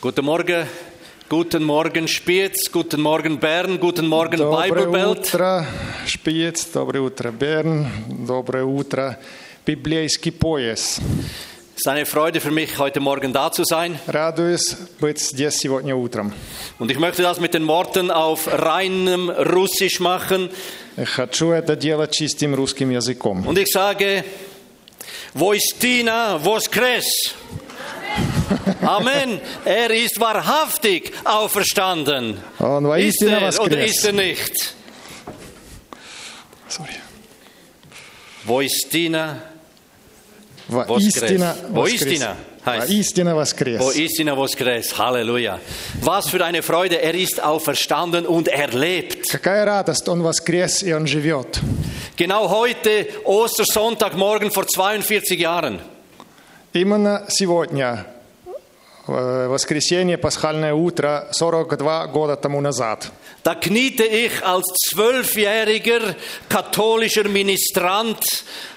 Guten Morgen, guten Morgen Spiez, guten Morgen Bern, guten Morgen Доброе Bibelbelt. утро, Шпиц, доброе утро, Берн, доброе утро, библейский пояс. Es ist eine Freude für mich, heute Morgen da zu sein. Радуюсь быть здесь сегодня утром. Und ich möchte das mit den Worten auf reinem Russisch machen. Хочу это делать чистым русским языком. Und ich sage, Voistina voskres. Amen. Er ist wahrhaftig auferstanden. Он Ist воистину er oder ist воскрес. er nicht? Sorry. Voistina, Воистину воскрес. Воистина heißt- Воистину воскрес. Voistina voskres. Halleluja. Was für eine Freude. Er ist auferstanden und er lebt. Какая радость, Он воскрес и Он живет. Genau heute, Ostersonntagmorgen vor 42 Jahren, Именно сегодня, э, воскресенье, пасхальное утro, 42 года тому назад, da kniete ich als zwölfjähriger katholischer Ministrant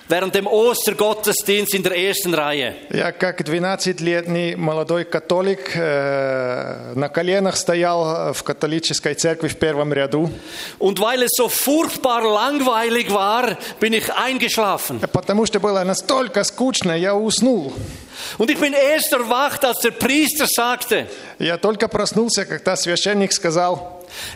während dem Ostergottesdienst in der ersten Reihe. Я как 12-летний молодой католик э, на коленах стоял э, в католической церкви в первом ряду, Und weil es so furchtbar langweilig war, bin ich eingeschlafen. потому что было настолько скучно, я уснул. Und ich bin erst erwacht, als der Priester sagte, Я только проснулся, когда священник сказал,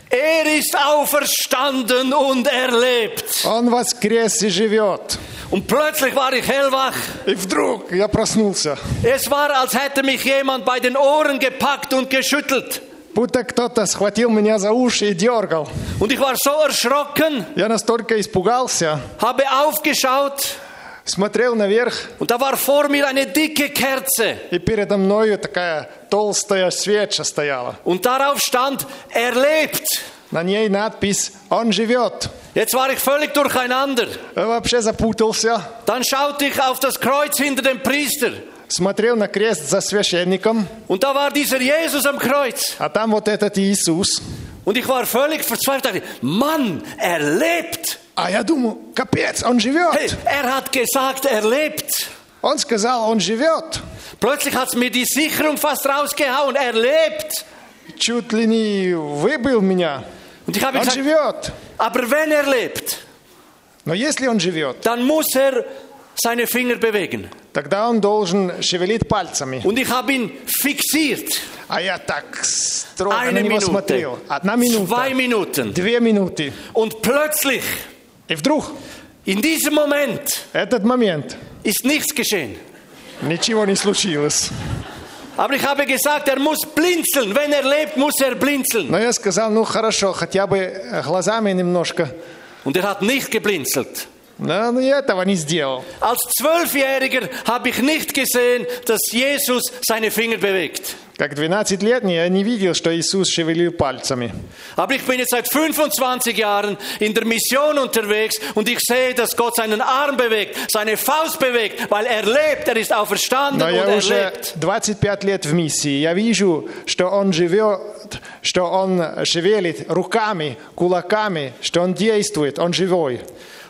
er ist auferstanden und er lebt. он воскрес и живет. Und plötzlich war ich hellwach. И вдруг я проснулся, Es war, als hätte mich jemand bei den Ohren gepackt und geschüttelt. будто кто-то схватил меня за уши и дергал. Und ich war so erschrocken, Я настолько испугался, habe aufgeschaut смотрел наверх, und da war vor mir eine dicke Kerze и передо мною такая толстая свеча стояла. und darauf stand, er lebt. На ней надпись «Он живет». Jetzt war ich völlig durcheinander. Я вообще запутался. Dann schaute ich auf das Kreuz hinter dem Priester смотрел на крест за священником, und da war dieser Jesus am Kreuz а там вот этот Иисус. und ich war völlig verzweifelt. dachte, Mann, er lebt. А я думаю, капец, он Hey, живет. er hat gesagt, er lebt. Он сказал, он живет. Plötzlich hat es mir die Sicherung fast rausgehauen. Er lebt. Чуть ли не выбил меня. Und ich habe Он gesagt, живет. aber wenn er lebt, Но если он живет, dann muss er seine Finger bewegen. тогда он должен шевелить пальцами. Und ich habe ihn fixiert. А я так строго Eine на него Minute. смотрел. Одна минута, Zwei Minuten. две минуты. Und plötzlich, И вдруг in diesem Moment, этот момент. ist nichts geschehen. Ничего не случилось. Aber ich habe gesagt, er muss blinzeln. Wenn er lebt, muss er blinzeln. Но я сказал, ну хорошо, хотя бы э, глазами немножко. Und er hat nicht geblinzelt. Но ну я этого не сделал. Als Zwölfjähriger habe ich nicht gesehen, dass Jesus seine Finger bewegt. Как 12-летний я не видел, что Иисус шевелил пальцами. Aber ich bin jetzt seit 25 Jahren in der Mission unterwegs und ich sehe, dass Gott seinen Arm bewegt, seine Faust bewegt, weil er lebt, er ist auferstanden Но und я er уже lebt. 25 лет в миссии. Я вижу, что Он живет, что Он шевелит руками, кулаками, что Он действует, Он живой.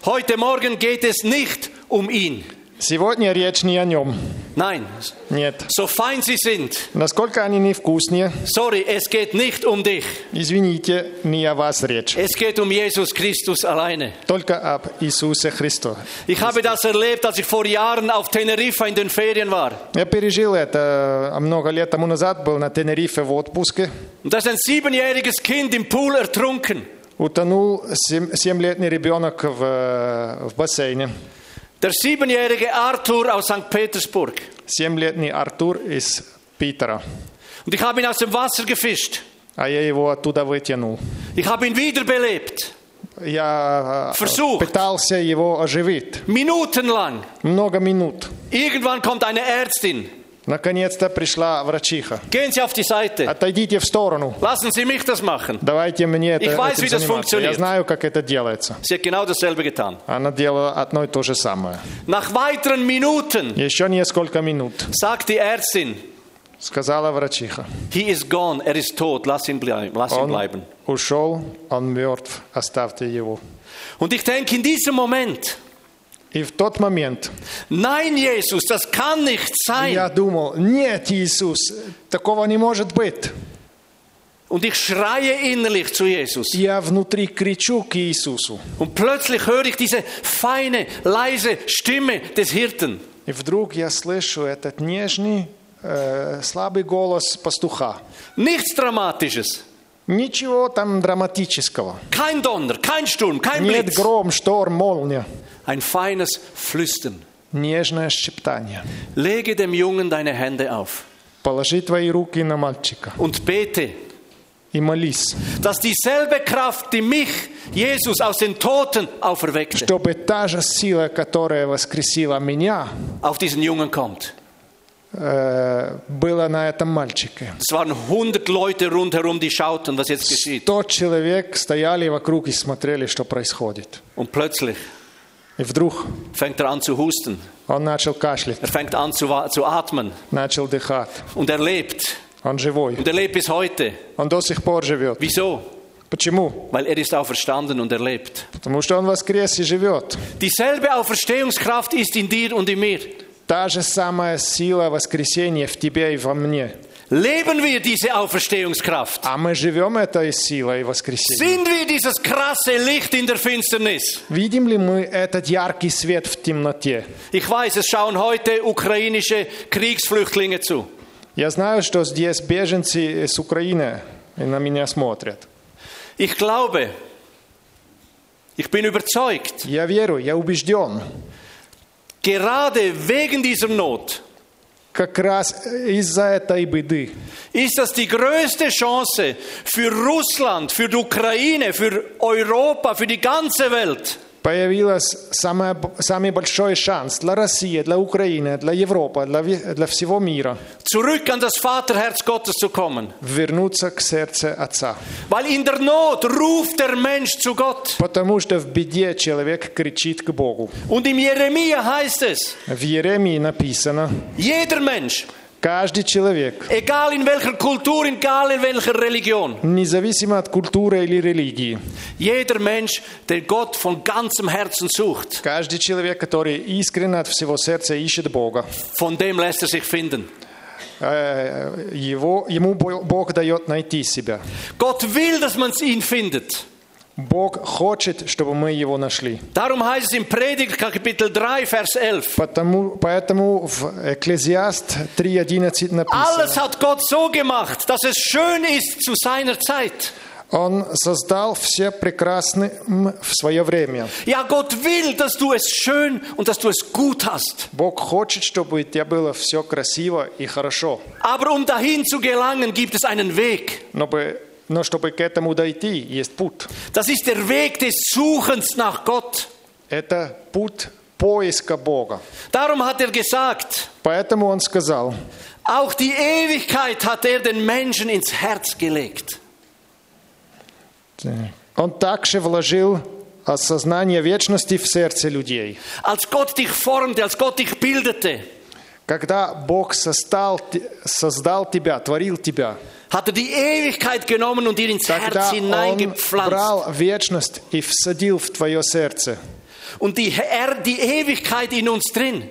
Heute Morgen geht es nicht um ihn. Сегодня речь не о Нем. Nein, Нет. so fein sie sind. Насколько они невкуснее, Sorry, es geht nicht um dich. извините, не о вас речь. Es geht um Jesus Christus alleine. Только об Иисусе Христе. Ich habe das erlebt, als ich vor Jahren auf Teneriffa in den Ferien war. Я пережил это э, много лет тому назад, был на Тенерифе в отпуске. Und da ist ein siebenjähriges Kind im Pool ertrunken. Утонул сем- семилетний ребенок в, э, в бассейне. Der siebenjährige Arthur aus St. Petersburg. Семилетний Артур из Питера. Und ich habe ihn aus dem Wasser gefischt. А я его оттуда вытянул. Ich habe ihn wiederbelebt. Я э, Versucht. пытался его оживить. Minutenlang. Много минут. Irgendwann kommt eine Ärztin. Наконец-то пришла врачиха. Gehen Sie auf die Seite. Отойдите в сторону. Lassen Sie mich das machen. Давайте мне это Ich weiß, этим wie das заниматься. Я funktioniert. знаю, как это делается. Sie hat genau dasselbe getan. Она делала одно и то же самое. Nach weiteren Minuten Еще несколько минут, sagt die Ärztin, сказала врачиха. he is gone, er ist tot, lass ihn, blei lass ihn Он bleiben. ушел, он мертв, оставьте его. Und ich denke in diesem Moment, И в тот момент Nein, Jesus, das kann nicht sein. я думал, нет, Иисус, такого не может быть. Und ich schreie innerlich zu Jesus. Я внутри кричу к Иисусу. Und plötzlich höre ich diese feine, leise Stimme des Hirten. И вдруг я слышу этот нежный, э, слабый голос пастуха. Nichts Dramatisches. Ничего там драматического. Kein Donner, kein Sturm, kein Нет Blitz. гром, шторм, молния. Ein feines Flüstern. Нежное шептание. Lege dem Jungen deine Hände auf Положи твои руки на мальчика und bete, и молись, dass dieselbe Kraft, die mich, Jesus, aus den Toten auferweckte, чтобы та же сила, которая воскресила меня, auf diesen Jungen kommt. э, была на этом мальчике. Es waren 100 Leute rundherum, die schauten, was jetzt geschieht. Тот человек стояли вокруг и смотрели, что происходит. Und plötzlich И вдруг fängt er an zu husten, он начал кашлять, er fängt an zu, wa- zu atmen начал дыхать. und er lebt. Он живой. Und er lebt bis heute. Он до сих пор живет. Wieso? Почему? Weil er ist auferstanden und er lebt. Потому что он воскрес и живет. Dieselbe Auferstehungskraft ist in dir und in mir. Та же самая сила воскресения в тебе и во мне. Leben wir diese Auferstehungskraft? А мы живем этой силой воскресения. Sind wir dieses krasse Licht in der Finsternis? Видим ли мы этот яркий свет в темноте? Ich weiß, es schauen heute ukrainische Kriegsflüchtlinge zu. Я знаю, что здесь беженцы с Украины и на меня смотрят. Ich glaube, ich bin überzeugt, Я верю, я убежден. gerade wegen dieser Not Как раз из-за этой беды ist das die größte Chance für Russland, für die Ukraine, für Europa, für die ganze Welt, появился самая, б- самый большой шанс для России, для Украины, для Европы, для, ве- для всего мира zurück an das Vaterherz Gottes zu kommen. вернуться к сердцу Отца. Weil in der Not ruft der Mensch zu Gott. Потому что в беде человек кричит к Богу. Und im Jeremia heißt es, В Еремии написано, jeder Mensch, каждый человек, egal in welcher Kultur, egal in welcher Religion, независимо от культуры или религии, jeder Mensch, der Gott von ganzem Herzen sucht, каждый человек, который искренне от всего сердца ищет Бога, von dem lässt er sich finden. э, его, ему Бо- Бог дает найти себя. Gott will, dass man ihn findet. Бог хочет, чтобы мы его нашли. Darum heißt es im Prediger Kapitel 3, Vers 11. Потому, поэтому в Экклезиаст 3.11 написано, Alles hat Gott so gemacht, dass es schön ist zu seiner Zeit. Он создал все прекрасным в свое время. Ja, Gott will, dass du es schön und dass du es gut hast. Бог хочет, чтобы у тебя было все красиво и хорошо. Aber um dahin zu gelangen, gibt es einen Weg. Но, бы- но чтобы к этому дойти, есть путь. Das ist der Weg des Suchens nach Gott. Это путь поиска Бога. Darum hat er gesagt, Поэтому он сказал, auch die Ewigkeit hat er den Menschen ins Herz gelegt. он также вложил осознание вечности в сердце людей. Als Gott dich formte, als Gott dich bildete, Когда Бог создал, те- создал тебя, творил тебя, hat er die Ewigkeit genommen und dir ins тогда Herz Он hineingepflanzt. брал вечность и всадил в твое сердце. Und die, er, die Ewigkeit in uns drin,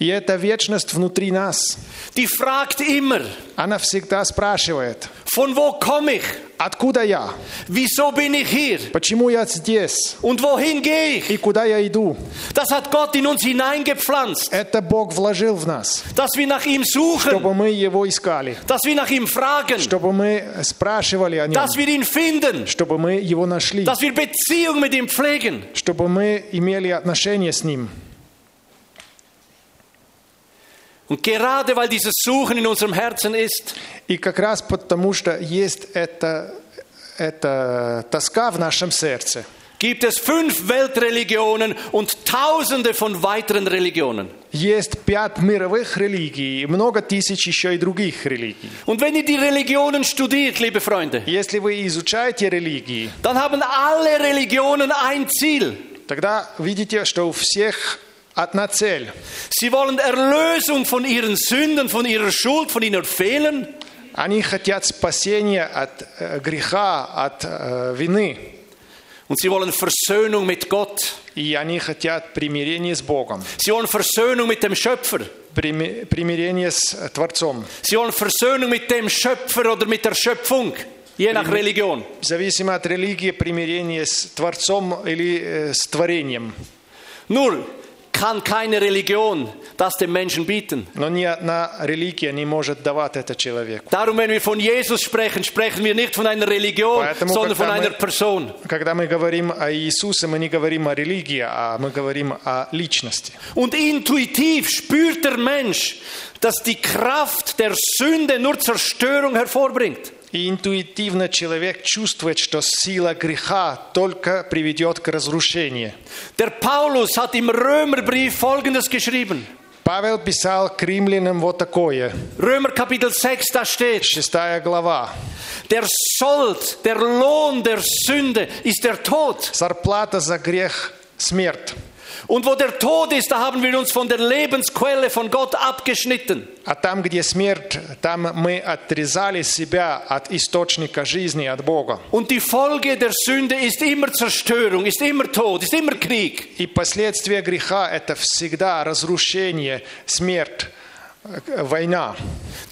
И эта вечность внутри нас, die fragt immer, она всегда спрашивает, von wo komme ich? откуда я? Wieso bin ich hier? Почему я здесь? Und wohin gehe ich? И куда я иду? Das hat Gott in uns hineingepflanzt. Это Бог вложил в нас, dass wir nach ihm suchen, чтобы мы Его искали, dass wir nach ihm fragen, чтобы мы спрашивали о Нем, dass wir ihn finden, чтобы мы Его нашли, dass wir Beziehung mit ihm pflegen. чтобы мы имели отношения с Ним. Und gerade weil dieses Suchen in unserem Herzen ist, И как раз потому, что есть эта, эта тоска в нашем сердце. gibt es fünf Weltreligionen und tausende von weiteren Religionen. Есть пять мировых религий и много тысяч еще и других религий. Und wenn ihr die Religionen studiert, liebe Freunde, Если вы изучаете религии, dann haben alle Religionen ein Ziel. тогда видите, что у всех одна цель. Sie wollen Erlösung von ihren Sünden, von ihrer Schuld, von ihren Fehlern. Они хотят спасения от э, греха, от э, вины. Und sie wollen Versöhnung mit Gott. И они хотят примирения с Богом, Sie wollen Versöhnung mit dem Schöpfer. прими- примирения с э, Творцом. Sie wollen Versöhnung mit dem Schöpfer oder mit der Schöpfung, je nach Religion. Зависимо от религии, примирение с Творцом или э, с творением. Nur kann keine Religion das dem Menschen bieten. Но ни одна религия не может давать это человеку. Darum, wenn wir von Jesus sprechen, sprechen wir nicht von einer Religion, Поэтому, sondern von когда einer мы- Person. Когда мы говорим о Иисусе, мы не говорим о религии, а мы говорим о личности. Und intuitiv spürt der Mensch, dass die Kraft der Sünde nur Zerstörung hervorbringt. И интуитивно человек чувствует, что сила греха только приведет к разрушению. Der Paulus hat im Römerbrief Folgendes geschrieben. Павел писал к римлянам вот такое, Römer Kapitel 6, da steht, 6 глава. der Sold, der Lohn der Sünde ist der Tod. «Зарплата за грех – смерть, Und wo der Tod ist, da haben wir uns von der Lebensquelle von Gott abgeschnitten. а там, где смерть, там мы отрезали себя от источника жизни, от Бога». Und die Folge der Sünde ist immer Zerstörung, ist immer Tod, ist immer Krieg. И последствия греха – это всегда разрушение, смерть, э, война.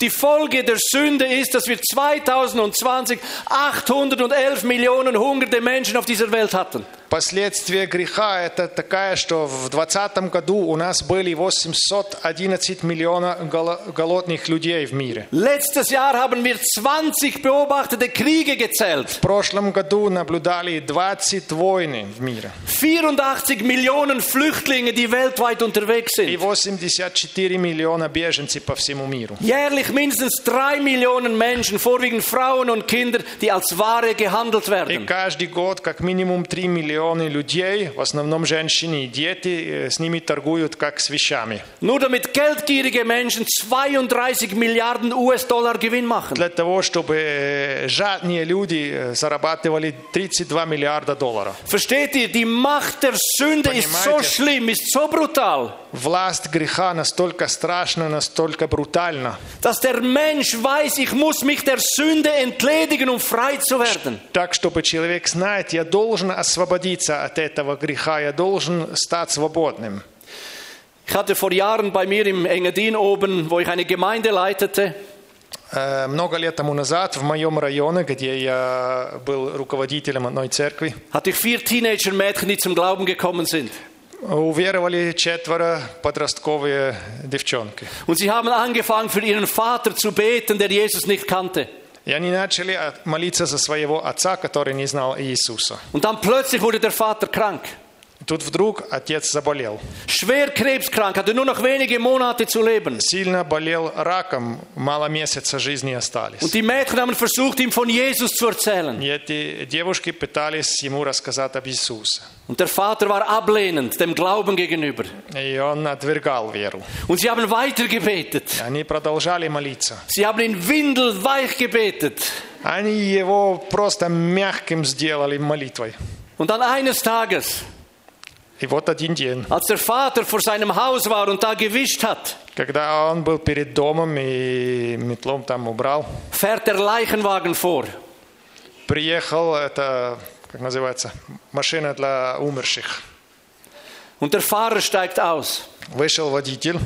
Die Folge der Sünde ist, dass wir 2020 811 Millionen hungernde Menschen auf dieser Welt hatten. Последствия греха – это такая, что в 2020 году у нас были 811 миллионов голодных людей в мире. Letztes Jahr haben wir 20 beobachtete Kriege gezählt. В прошлом году наблюдали 20 войн в мире 84 Millionen Flüchtlinge, die weltweit unterwegs и sind. 84 миллиона беженцев по всему миру. Jährlich mindestens drei Millionen Menschen, vorwiegend Frauen und Kinder, die als Ware gehandelt И werden. каждый год как минимум 3 миллиона людей, в основном женщины и дети, э, с ними торгуют как с вещами. Nur damit geldgierige Menschen 32 Milliarden US-Dollar Gewinn machen. Для того, чтобы э, жадные люди э, зарабатывали 32 миллиарда долларов. Versteht ihr, die Macht der Sünde ist so Понимаете? schlimm, ist so brutal, Власть греха настолько страшна, настолько брутальна, dass der Mensch weiß, ich muss mich der Sünde entledigen, um frei zu werden. так, чтобы человек знает, я должен освободиться от этого греха, я должен стать свободным. Ich hatte vor Jahren bei mir im Engadin oben, wo ich eine Gemeinde leitete, Э, Много лет тому назад в моем районе, где я был руководителем одной церкви, hatte ich vier Teenager-Mädchen, die zum Glauben gekommen sind. уверовали четверо подростковые девчонки. Und sie haben angefangen, für ihren Vater zu beten, der Jesus nicht kannte. И они начали от- молиться за своего отца, который не знал Иисуса. Und dann plötzlich wurde der Vater krank. Тут вдруг отец заболел. Schwer krebskrank, hatte nur noch wenige Monate zu leben. Сильно болел раком, мало месяца жизни остались. Und die Mädchen haben versucht, ihm von Jesus zu erzählen. И эти девушки пытались ему рассказать об Иисусе. Und der Vater war ablehnend dem Glauben gegenüber. И он отвергал веру. Und sie haben weiter gebetet. Они продолжали молиться. Sie haben ihn windelweich gebetet. Они его просто мягким сделали молитвой. Und dann eines Tages, И вот один день, als der Vater vor seinem Haus war und da gewischt hat, когда он был перед домом и метлом там убрал, fährt der Leichenwagen vor. приехал, это, как называется, машина для умерших. Und der Fahrer steigt aus Вышел водитель.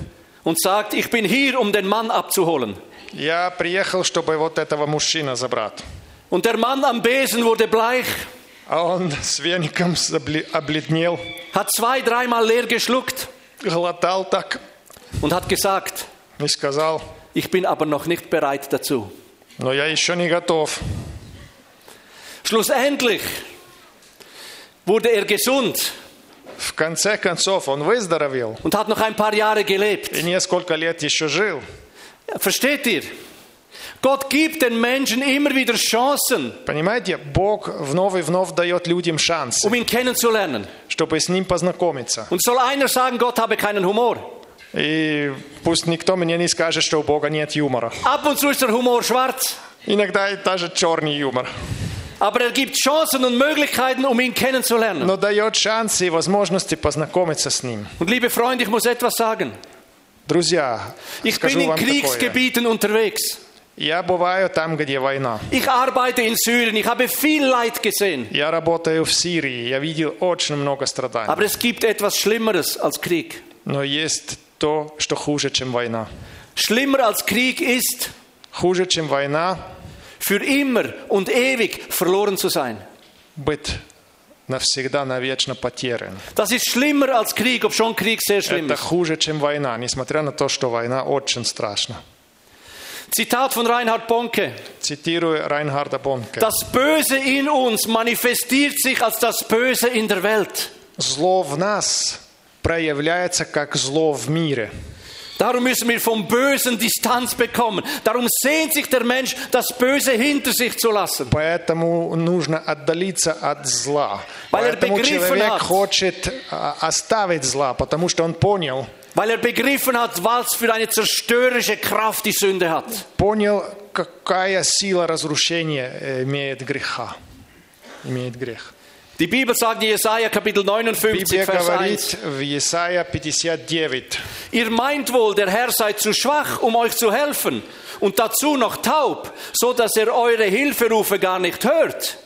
und sagt, ich bin hier, um den Mann abzuholen. Я приехал, чтобы вот этого мужчина забрать. Und der Mann am Besen wurde bleich, А он с веником забле- обледнел, hat zwei, dreimal leer geschluckt глотал так und hat gesagt, и сказал, ich bin aber noch nicht bereit dazu. но я еще не готов. Schlussendlich wurde er gesund В конце концов, он выздоровел und hat noch ein paar Jahre gelebt. и несколько лет еще жил. Versteht ihr? Gott gibt den Menschen immer wieder Chancen, Понимаете, Бог вновь и вновь дает людям шанс, um ihn kennenzulernen. чтобы с ним познакомиться. Und soll einer sagen, Gott habe keinen Humor? И пусть никто мне не скажет, что у Бога нет юмора. Ab und zu ist der Humor schwarz, Иногда и даже черный юмор. aber er gibt Chancen und Möglichkeiten, um ihn kennenzulernen. Но дает шансы и возможности познакомиться с ним. Und liebe Freunde, ich muss etwas sagen. Друзья, Ich скажу bin in вам такое. Kriegsgebieten unterwegs. Я бываю там, где война. Ich arbeite in Syrien, ich habe viel Leid gesehen. Я работаю в Сирии, я видел очень много страданий. Aber es gibt etwas Schlimmeres als Krieg. Но есть то, что хуже, чем война. Schlimmer als Krieg ist, Хуже, чем война, für immer und ewig verloren zu sein. быть навсегда, навечно потерян. Das ist schlimmer als Krieg, ob schon Krieg sehr schlimm Это ist. хуже, чем война, несмотря на то, что война очень страшна. Zitat von Reinhard Bonke. Цитирую Райнхарда Бонке. Das Böse in uns manifestiert sich als das Böse in der Welt. Зло в нас проявляется как зло в мире. Darum müssen wir vom Bösen Distanz bekommen. Darum sehnt sich der Mensch, das Böse hinter sich zu lassen. Поэтому нужно отдалиться от зла. Weil er Поэтому begriffen человек hat. хочет а, оставить зла, потому что он понял, Weil er begriffen hat, was für eine zerstörerische Kraft die Sünde hat. понял, какая сила разрушения э, имеет греха. Имеет грех. Die Bibel sagt in Jesaja Kapitel 59, Библия Vers 1. говорит в Исаия 59. Ihr meint wohl, der Herr sei zu schwach, um euch zu helfen, und dazu noch taub, so dass er eure Hilferufe gar nicht hört.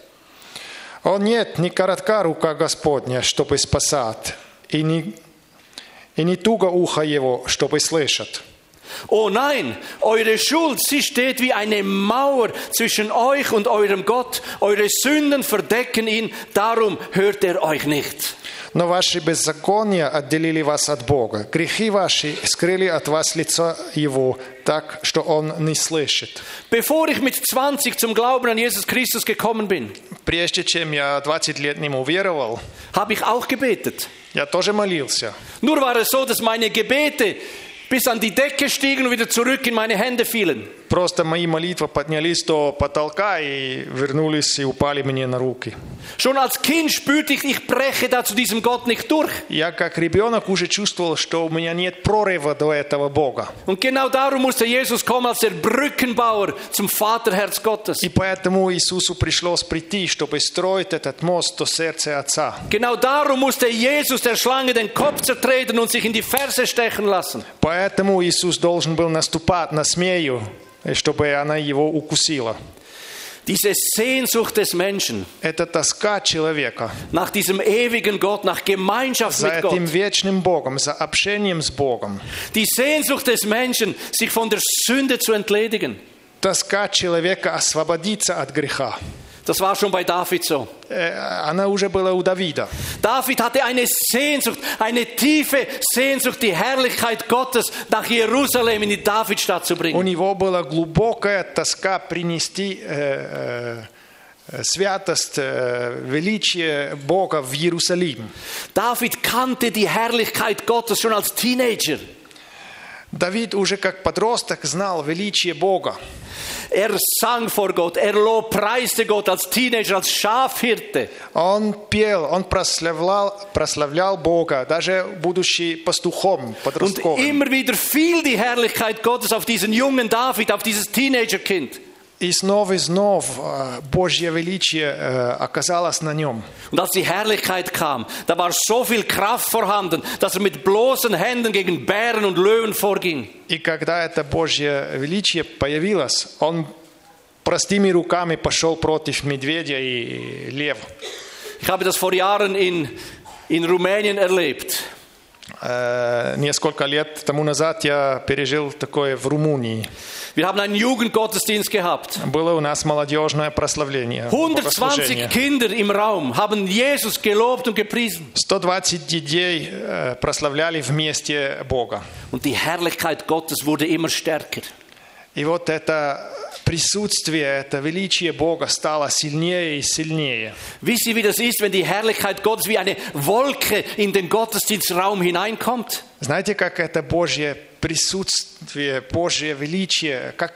«О нет, не коротка рука Господня, чтобы спасать, и не, и не туго ухо Его, чтобы слышать. Oh nein, eure Schuld, sie steht wie eine Mauer zwischen euch und eurem Gott. Eure Sünden verdecken ihn, darum hört er euch nicht. Но ваши беззакония отделили вас от Бога. Грехи ваши скрыли от вас лицо Его, так, что Он не слышит». Bevor ich mit 20 zum Glauben an Jesus Christus gekommen bin, Прежде чем я 20 лет не уверовал, habe ich auch gebetet. я тоже молился. Nur war es so, dass meine Gebete bis an die Decke stiegen und wieder zurück in meine Hände fielen. Просто мои молитвы поднялись до потолка и вернулись и упали мне на руки. Schon als Kind spürte ich, ich breche da zu diesem Gott nicht durch. Я как ребенок уже чувствовал, что у меня нет прорыва до этого Бога. Und genau darum musste Jesus kommen als der Brückenbauer zum Vaterherz Gottes. И поэтому Иисусу пришлось прийти, чтобы строить этот мост до сердца Отца. Genau darum musste Jesus der Schlange den Kopf zertreten und sich in die Ferse stechen lassen. Поэтому Иисус должен был наступать на змею, и чтобы она его укусила. Diese Sehnsucht des Menschen Это тоска человека nach diesem ewigen Gott, nach Gemeinschaft за mit Gott. этим вечным Богом, за общением с Бogом. Die Sehnsucht des Menschen, sich von der Sünde zu entledigen. Тоска человека освободиться от греха. Das war schon bei David so. Э, Она уже была у Давида. David hatte eine Sehnsucht, eine tiefe Sehnsucht, die Herrlichkeit Gottes nach Jerusalem in die Davidstadt zu У bringen. него была глубокая тоска принести э, э, святость, э, величие Бога в Иерусалим. David kannte die Herrlichkeit Gottes schon als Teenager. Давид уже как подросток знал величие Бога. Er sang vor Gott, er lobpreiste Gott als Teenager, als Schafhirte. Он пел, он прославлял, прославлял Бога, даже будучи пастухом, Und подростковым. immer wieder fiel die Herrlichkeit Gottes auf diesen jungen David, auf dieses Teenagerkind. И снова и снова э, Божье величие э, оказалось на нем. Und als die Herrlichkeit kam, da war so viel Kraft vorhanden, dass er mit bloßen Händen gegen Bären und Löwen vorging. И когда это Божье величие появилось, он простыми руками пошел против медведя и лев. Ich habe das vor Jahren in, in Rumänien erlebt. Э, Несколько лет тому назад я пережил такое в Румынии. Wir haben einen Jugendgottesdienst gehabt. Было у нас молодежное прославление. богослужение. 120 Kinder im Raum haben Jesus gelobt und gepriesen. 120 детей э, прославляли вместе Бога. Und die Herrlichkeit Gottes wurde immer stärker. И вот это присутствие, это величие Бога стало сильнее и сильнее. Wisst ihr, wie das ist, wenn die Herrlichkeit Gottes wie eine Wolke in den Gottesdienstraum hineinkommt? Знаете, как это Божье присутствие, Божье величие, как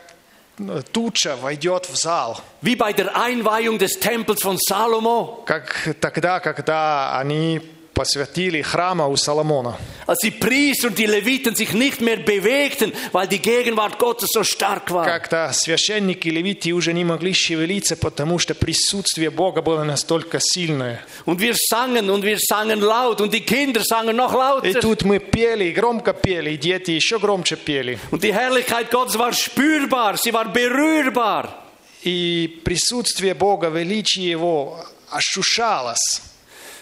ну, туча войдет в зал, Wie bei der Einweihung des Tempels von Salomo. как тогда, когда они посвятили храма у Соломона. Als die Priester und die Leviten sich nicht mehr bewegten, weil die Gegenwart Gottes so stark war. Как-то священники левити уже не могли шевелиться, потому что присутствие Бога было настолько сильное. Und wir sangen und wir sangen laut und die Kinder sangen noch И lauter. тут мы пели, и громко пели, и дети еще громче пели. Und die Herrlichkeit Gottes war spürbar, sie war berührbar. И присутствие Бога, величие Его ощущалось.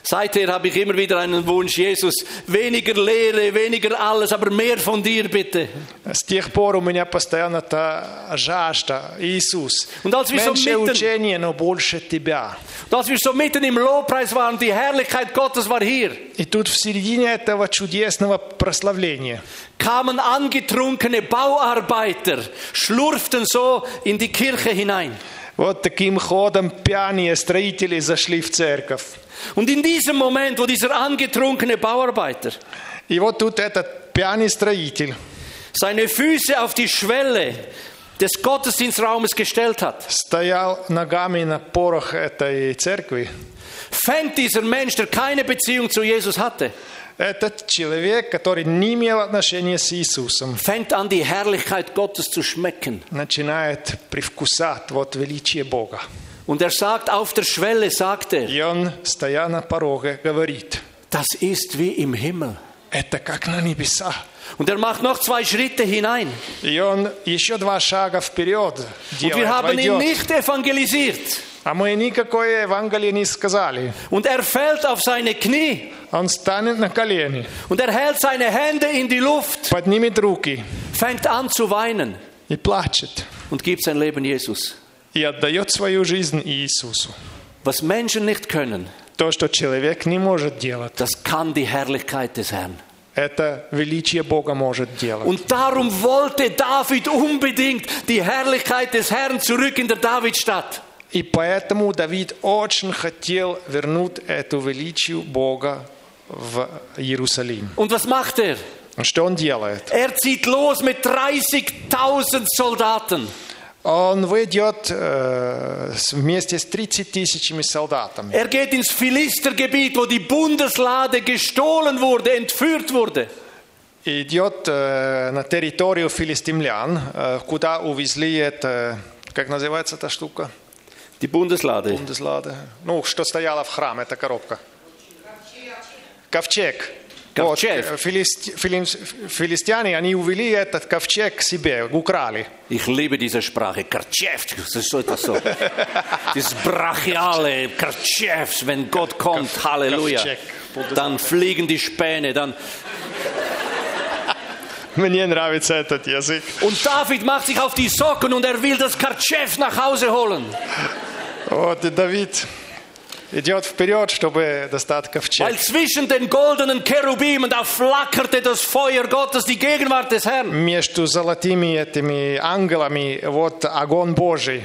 Seither habe ich immer wieder einen Wunsch, Jesus, weniger Lehre, weniger alles, aber mehr von dir bitte. С тех пор у меня постоянно та жажда, Иисус. Und als wir so Меньше mitten- учения, но больше Тебя. Und Als wir so mitten im Lobpreis waren, die Herrlichkeit Gottes war hier, И тут в середине этого чудесного прославления kamen angetrunkene Bauarbeiter, schlurften so in die Kirche hinein. вот таким ходом пьяные строители зашли в церковь. Und in diesem Moment, wo dieser angetrunkene Bauarbeiter И вот тут этот пьяный строитель seine Füße auf die Schwelle des Gottesdienstraumes gestellt hat, стоял ногами на порох этой церкви. fängt dieser Mensch, der keine Beziehung zu Jesus hatte, Этот человек, который не имел отношения с Иисусом, fängt an, die Herrlichkeit Gottes zu schmecken. начинает привкусать вот величие Бога. Und er sagt, auf der Schwelle sagt er, И он, стоя на пороге, говорит – das ist wie im Himmel. Это как на небеса. Und er macht noch zwei Schritte hinein. И он еще два шага вперед Und wir делает, haben ihn войдет. nicht evangelisiert. А мы никакое Евангелие не сказали. Und er fällt auf seine Knie Он станет на колени, und er hält seine Hände in die Luft, поднимет руки fängt an zu weinen и плачет. und gibt sein Leben Jesus. И отдает свою жизнь Иисусу. Was Menschen nicht können, То, что человек не может делать, das kann die Herrlichkeit des Herrn. это величие Бога может делать. Und darum wollte David unbedingt die Herrlichkeit des Herrn zurück in der Davidstadt. И поэтому Давид очень хотел вернуть эту величию Бога в Иерусалим. Und was macht er? Что он делает? Er zieht los mit 30.000 Soldaten. Он выйдет э, с- вместе с 30 тысячами солдатами. Er geht ins Philistergebiet, wo die Bundeslade gestohlen wurde, entführt wurde. И идет э, на территорию филистимлян, э, куда увезли это, как называется эта штука? Die Bundeslade. Бундеслада. Ну, что стояло в храм, эта коробка. Ковчег. Ковчег. Вот, э, филист- филин- филистяне, они увели этот ковчег к себе, украли. Ich liebe diese Sprache. Kartschäft, das ist so etwas so. Dieses brachiale Kartschäft, wenn Gott kommt, Halleluja. Kartschäft. Dann fliegen die Späne. Dann. Мне нравится этот язык. Und David macht sich auf die Socken und er will das Kartschäft nach Hause holen. Вот и Давид идет вперед, чтобы достать ковчег. Weil zwischen den goldenen Cherubimen, da flackerte das Feuer Gottes, die Gegenwart des Herrn. между золотыми этими ангелами вот огонь Божий.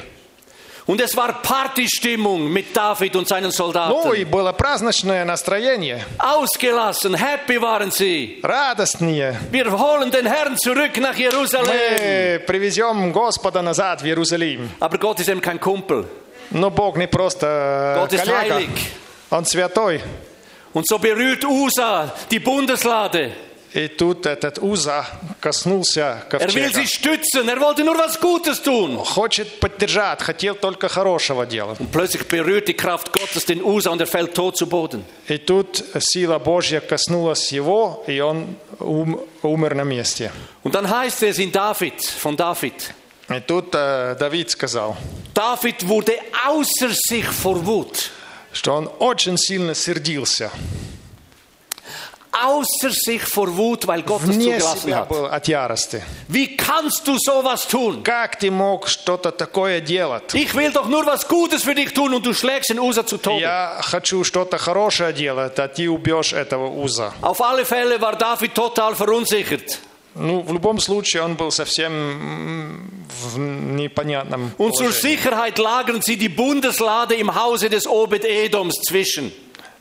Und es war Partystimmung mit David und seinen Ну Soldaten. и было праздничное настроение, Ausgelassen, happy waren sie. радостные. Wir holen den Herrn zurück nach Jerusalem. Мы привезем Господа назад в Иерусалим. Aber Gott ist eben kein Kumpel. Но Бог не просто э, Gott ist коллега, heilig. Он святой. Und so berührt USA die Bundeslade. И тут этот Уза коснулся Er will ковчега. sie stützen, er wollte nur was Gutes tun. Хочет поддержать, хотел только хорошего дела. Und plötzlich berührt die Kraft Gottes den USA und er fällt tot zu Boden. И тут сила Божья коснулась его, и он ум- умер на месте. Und dann heißt es in David, von David, И тут э, Давид сказал, David wurde außer sich vor Wut. что он очень сильно сердился. Außer sich vor Wut, weil Gott es Вне zugelassen себя hat. был от ярости. Wie kannst du sowas tun? Как ты мог что-то такое делать? Ich will doch nur was Gutes für dich tun und du schlägst den USA zu Tode. Я хочу что-то хорошее делать, а ты убьешь этого Уза. Auf alle Fälle war David total verunsichert. Ну, в любом случае, он был совсем м, в непонятном Und zur положении. Sicherheit lagern sie die Bundeslade im Hause des Obed-Edoms zwischen.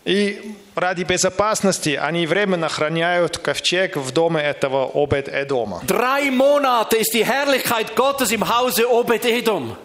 И ради безопасности они временно охраняют ковчег в доме этого Обед-Эдома. Drei Monate ist die Herrlichkeit Gottes im Hause Obed-Edom.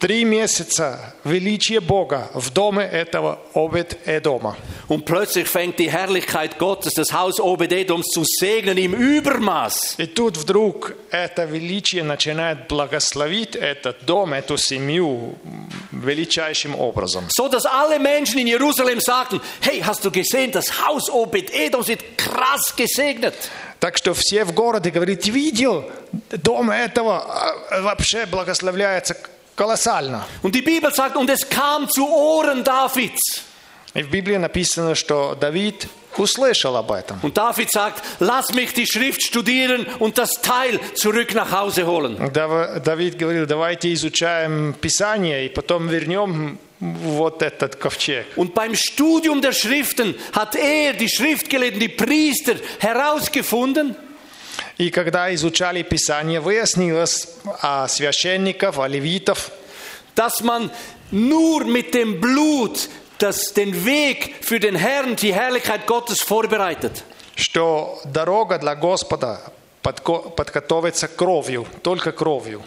Три месяца величие Бога в доме этого Обед-Эдома. Und plötzlich fängt die Herrlichkeit Gottes, das Haus Obededoms zu segnen im Übermaß. И тут вдруг это величие начинает благословить этот дом, эту семью м, величайшим образом. So dass alle Menschen in Jerusalem sagten, hey, hast du gesehen, das Haus Obededoms wird krass gesegnet. Так что все в городе говорят, видел, дом этого а, вообще благословляется колоссально. Und die Bibel sagt, und es kam zu Ohren Davids. И в Библии написано, что Давид услышал об этом. Und David sagt, lass mich die Schrift studieren und das Teil zurück nach Hause holen. Дав- Давид говорил, давайте изучаем Писание и потом вернем вот этот ковчег. Und beim Studium der Schriften hat er, die Schriftgelehrten, die Priester herausgefunden, И когда изучали Писание, выяснилось о священников, о левитов, dass man nur mit dem Blut das den Weg für den Herrn, die Herrlichkeit Gottes vorbereitet. что дорога для Господа подко- подготовится кровью, только кровью.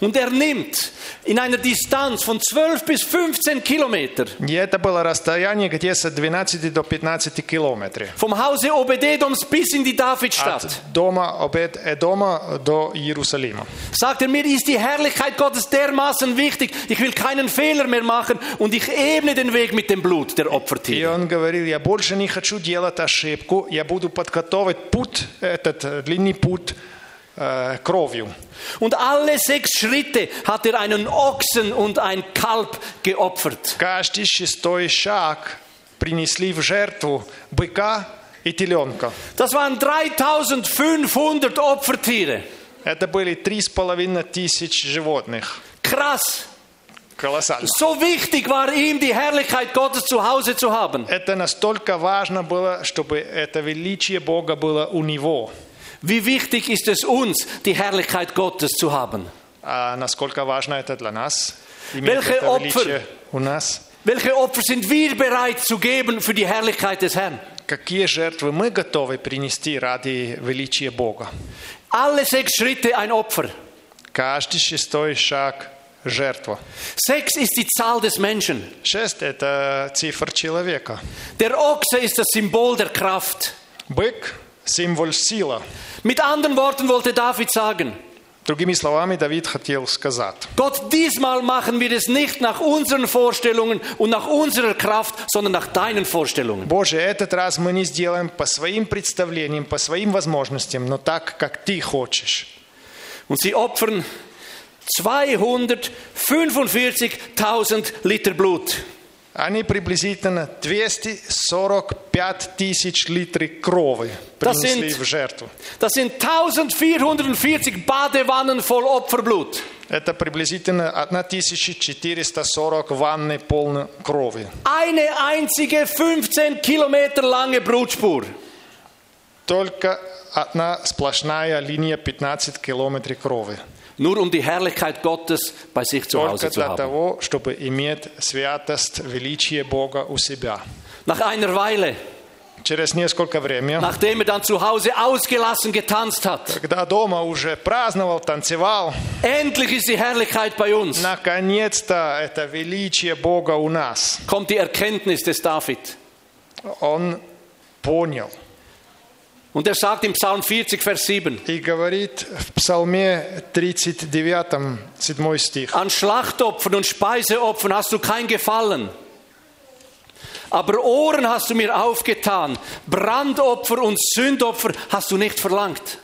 Und er nimmt in einer Distanz von 12 bis 15 Kilometer И это было расстояние где-то от 12 до 15 километров. vom Hause Obededoms bis in die Davidstadt. От дома Обед Эдома до Иерусалима. Sagt er, mir ist die Herrlichkeit Gottes dermaßen wichtig, ich will keinen Fehler mehr machen und ich ebne den Weg mit dem Blut der И Opfertiere. он говорил, я больше не хочу делать ошибку, я буду подготовить путь, этот э, длинный путь э, кровью. Und alle sechs Schritte hat er einen Ochsen und ein Kalb geopfert. Каждый шестой шаг принесли в жертву быка и теленка. Das waren 3500 Opfertiere. Это были три с половиной тысяч животных. Krass. Колоссально. So wichtig war ihm die Herrlichkeit Gottes zu Hause zu haben. Это настолько важно было, чтобы это величие Бога было у него. Wie wichtig ist es uns, die Herrlichkeit Gottes zu haben? А насколько важно это для нас? Иметь Welche это величие Opfer? у нас. Welche Opfer sind wir bereit zu geben für die Herrlichkeit des Herrn? Какие жертвы мы готовы принести ради величия Бога? Alle sechs Schritte ein Opfer. Каждый шестой шаг – жертва. Sechs ist die Zahl des Menschen. Шесть – это цифра человека. Der Ochse ist das Symbol der Kraft. Бык – символ сила. Mit anderen Worten wollte David sagen, Другими словами, Давид хотел сказать, Gott, diesmal machen wir es nicht nach unseren Vorstellungen und nach unserer Kraft, sondern nach deinen Vorstellungen. Боже, этот раз мы не сделаем по своим представлениям, по своим возможностям, но так, как Ты хочешь. Und sie opfern 245.000 Liter Blut. Они приблизительно 245 тысяч литров крови Das принесли sind- в жертву. Das sind 1440 Badewannen voll Opferblut. Это приблизительно 1440 ванны полной крови. Eine einzige 15 Kilometer lange Brutspur. Только одна сплошная линия 15 километров крови. Nur um die Herrlichkeit Gottes bei sich zu Hause Только zu для haben. того, чтобы иметь святость, величие Бога у себя. Nach einer Weile, Через несколько времени, nachdem er dann zu Hause ausgelassen getanzt hat, когда дома уже праздновал, танцевал, endlich ist die Herrlichkeit bei uns, наконец-то это величие Бога у нас. kommt die Erkenntnis des David. Он понял. Und er sagt im Psalm 40, Vers 7, И говорит в Псалме 39, 7 стих. an Schlachtopfern und Speiseopfern hast du kein Gefallen. Aber Ohren hast du mir aufgetan, Brandopfer und Sündopfer hast du nicht verlangt.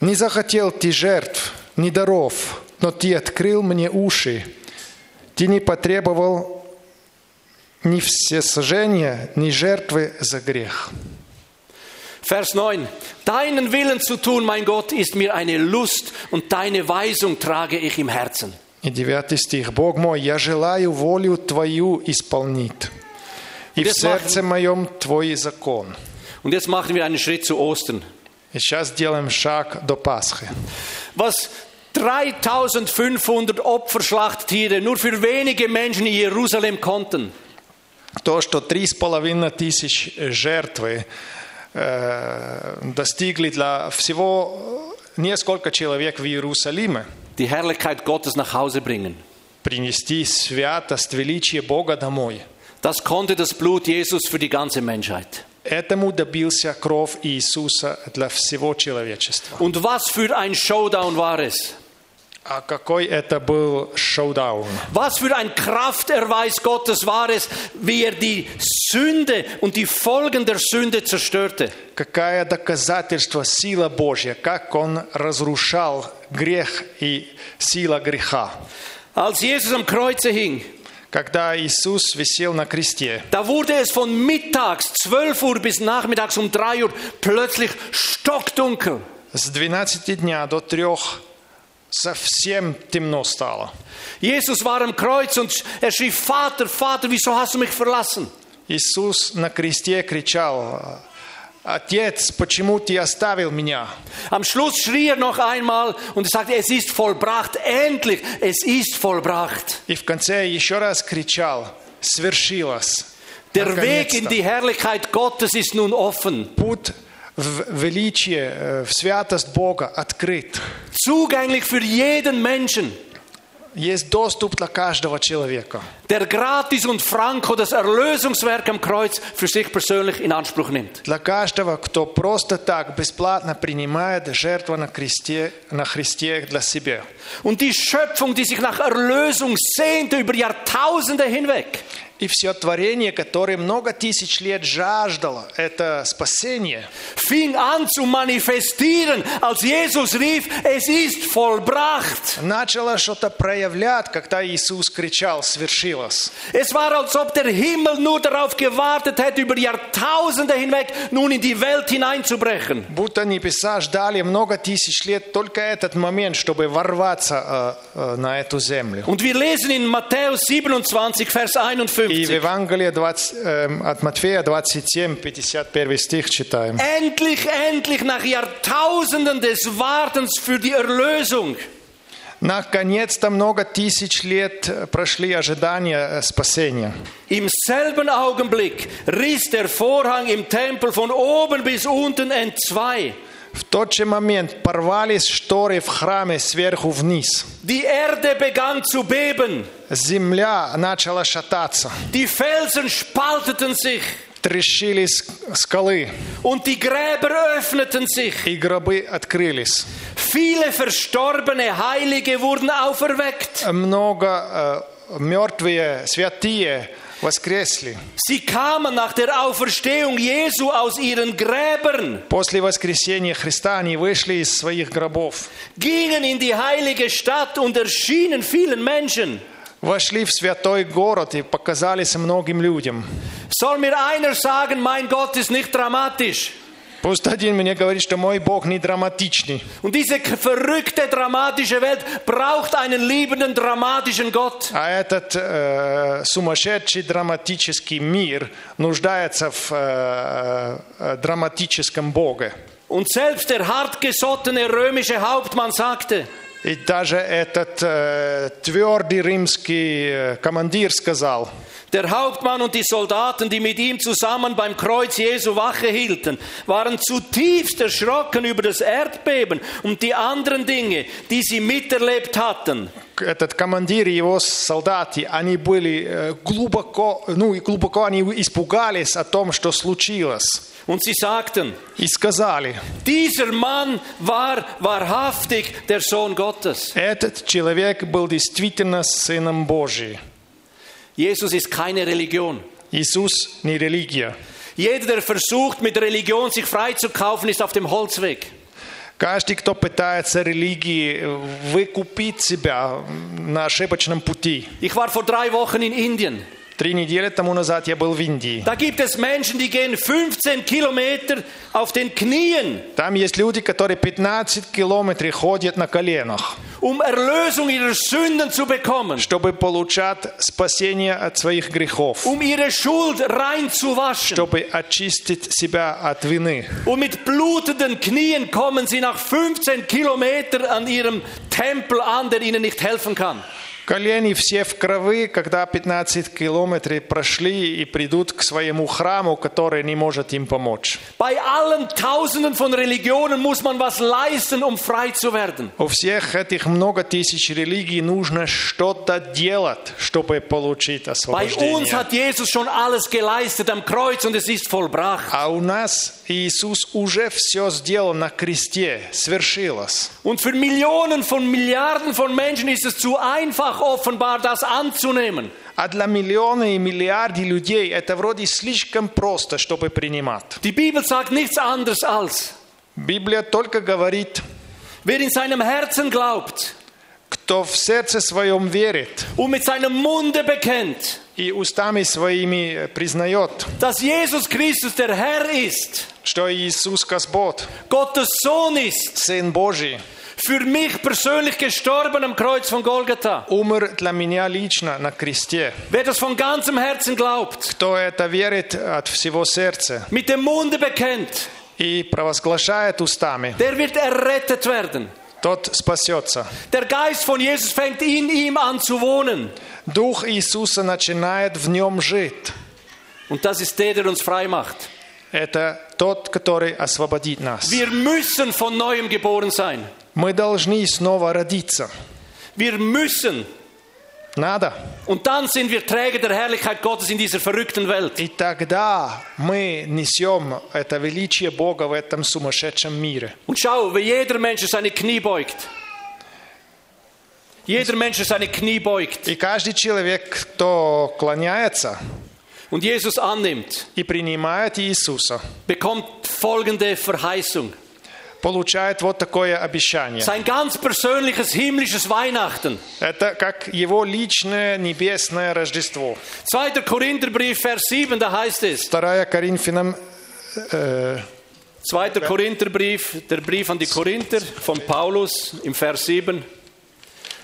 «Не захотел ты жертв, ни даров, но ты открыл мне уши. Ты не потребовал ни всесожжения, ни жертвы за грех». Vers 9. Deinen Willen zu tun, mein Gott, ist mir eine Lust und deine Weisung trage ich im Herzen. И 9 стих. «Бог мой, я желаю волю Твою исполнить, и в Где сердце моем Твой закон». Und jetzt machen wir einen Schritt zu Ostern. И сейчас делаем шаг до Пасхи. Was 3500 Opferschlachttiere nur für wenige Menschen in Jerusalem konnten, То, что три с половиной тысяч жертвы э, достигли для всего несколько человек в Иерусалиме, die Herrlichkeit Gottes nach Hause bringen. принести святость, величие Бога домой. Das konnte das Blut Jesus für die ganze Menschheit. Этому добился кровь Иисуса для всего человечества. Und was für ein Showdown war es? А какой это был шоудаун? Was für ein Krafterweis Gottes war es, wie er die Sünde und die Folgen der Sünde zerstörte. Какая доказательство сила Божья, как он разрушал грех и сила греха. Als Jesus am Kreuze hing, Когда Иисус висел на кресте, da wurde es von mittags 12 Uhr bis nachmittags um 3 Uhr plötzlich stockdunkel. с 12 дня до 3 совсем темно стало. Jesus war am Kreuz und er schrie, Vater, Vater, wieso hast du mich verlassen? Иисус на кресте кричал, «Отец, почему ты оставил меня?» Am Schluss schrie er noch einmal und er sagte, es ist vollbracht, endlich, es ist vollbracht. И в конце еще раз кричал, «Свершилось!» Der Weg in Наконец-то. die Herrlichkeit Gottes ist nun offen. Путь в величие, э, в святость Бога открыт. zugänglich für jeden Menschen, Есть доступ для каждого человека, der gratis und franco das Erlösungswerk am Kreuz für sich persönlich in Anspruch nimmt. для каждого, кто просто так бесплатно принимает жертву на кресте, на Христе для себя. Und die Schöpfung, die sich nach Erlösung sehnte über Jahrtausende hinweg, И все творение, которое много тысяч лет жаждало, это спасение, fing an zu manifestieren, als Jesus rief, es ist vollbracht. начало что-то проявлять, когда Иисус кричал «Свершилось!». Es war, als ob der Himmel nur darauf gewartet hätte, über Jahrtausende hinweg nun in die Welt hineinzubrechen. Будто небеса ждали много тысяч лет только этот момент, чтобы ворваться э, э, на эту землю. Und wir lesen in Matthäus 27, Vers И 51. в Евангелии 20, эм, от Матфея 27, 51 стих читаем. Endlich, endlich nach Jahrtausenden des Wartens für die Erlösung Наконец-то много тысяч лет прошли ожидания э, спасения. Im selben Augenblick riss der Vorhang im Tempel von oben bis unten entzwei. В тот же момент порвались шторы в храме сверху вниз. Die Erde begann zu beben. Земля начала шататься. Die Felsen spalteten sich Трещились скалы, und die Gräber öffneten sich. и гробы открылись. Viele verstorbene Heilige wurden auferweckt. Много э, мертвые, святые воскресли. Sie kamen nach der Auferstehung Jesu aus ihren Gräbern, После воскресения Христа они вышли из своих гробов, gingen in die heilige Stadt und erschienen vielen Menschen. вошли в святой город и показались многим людям. Soll mir einer sagen, mein Gott ist nicht dramatisch? Пусть один мне говорит, что мой Бог не драматичный. Und diese k- verrückte, dramatische Welt braucht einen liebenden, dramatischen Gott. А этот э, сумасшедший драматический мир нуждается в э, э, драматическом Боге. Und selbst der hartgesottene römische Hauptmann sagte, И даже этот э, твердый римский э, командир сказал, der Hauptmann und die Soldaten, die mit ihm zusammen beim Kreuz Jesu Wache hielten, waren zutiefst erschrocken über das Erdbeben und die anderen Dinge, die sie miterlebt hatten. этот командир и его солдаты, они были э, глубоко, ну и глубоко они испугались о том, что случилось. Und sie sagten, И сказали, dieser Mann war wahrhaftig der Sohn Gottes. этот человек был действительно Сыном Божиим. Jesus ist keine Religion. Иисус не религия. Jeder, der versucht, mit Religion sich freizukaufen, ist auf dem Holzweg. Каждый, кто пытается религии э, выкупить себя на ошибочном пути. Ich war vor drei Wochen in Indien. Три недели тому назад я был в Индии. Da gibt es Menschen, die gehen 15 Kilometer auf den Knien, Там есть люди, которые 15 километров ходят на коленах, um Erlösung ihrer Sünden zu bekommen, чтобы получать спасение от своих грехов, um ihre Schuld reinzuwaschen. чтобы очистить себя от вины. Und mit blutenden Knien kommen sie nach 15 Kilometern an ihrem Tempel an, der ihnen nicht helfen kann. Колени все в крови, когда 15 километров прошли и придут к своему храму, который не может им помочь. Bei allen Tausenden von Religionen muss man was leisten, um frei zu werden. У всех этих много тысяч религий нужно что-то делать, чтобы получить Bei uns освобождение. hat Jesus schon alles geleistet am Kreuz und es ist vollbracht. А у нас Иисус уже все сделал на кресте, свершилось. Und für Millionen von Milliarden von Menschen ist es zu einfach offenbar, das anzunehmen. А для миллиона и миллиарды людей это вроде слишком просто, чтобы принимать. Die Bibel sagt nichts anderes als, Библия только говорит, wer in seinem Herzen glaubt кто в сердце своем верит und mit seinem Munde bekennt, и устами своими признает, dass Jesus Christus der Herr ist, что Иисус Господь, Gottes Sohn ist, Сын Божий, für mich persönlich gestorben am Kreuz von Golgatha. умер для меня лично на кресте. Wer das von ganzem Herzen glaubt, Кто это верит от всего сердца mit dem Munde bekennt, и провозглашает устами, der wird errettet werden. тот спасется. Der Geist von Jesus fängt in ihm an zu wohnen. Дух Иисуса начинает в нем жить. Und das ist der, der uns frei macht. Это тот, который освободит нас. Wir müssen von neuem geboren sein. Мы должны снова родиться. Wir müssen. Надо. Und dann sind wir Träger der Herrlichkeit Gottes in dieser verrückten Welt. И тогда мы несем это величие Бога в этом сумасшедшем мире. Und schau, wie jeder Mensch seine Knie beugt. Jeder Mensch seine Knie beugt И каждый человек, кто клоняется und Jesus annimmt, и принимает Иисуса, bekommt folgende Verheißung. получает вот такое обещание. Sein ganz persönliches himmlisches Weihnachten. Это как его личное небесное Рождество. 2. Korintherbrief, Vers 7, da heißt es. 2 Коринфянам э, 2. Korintherbrief, der Brief an die Korinther von Paulus im Vers 7.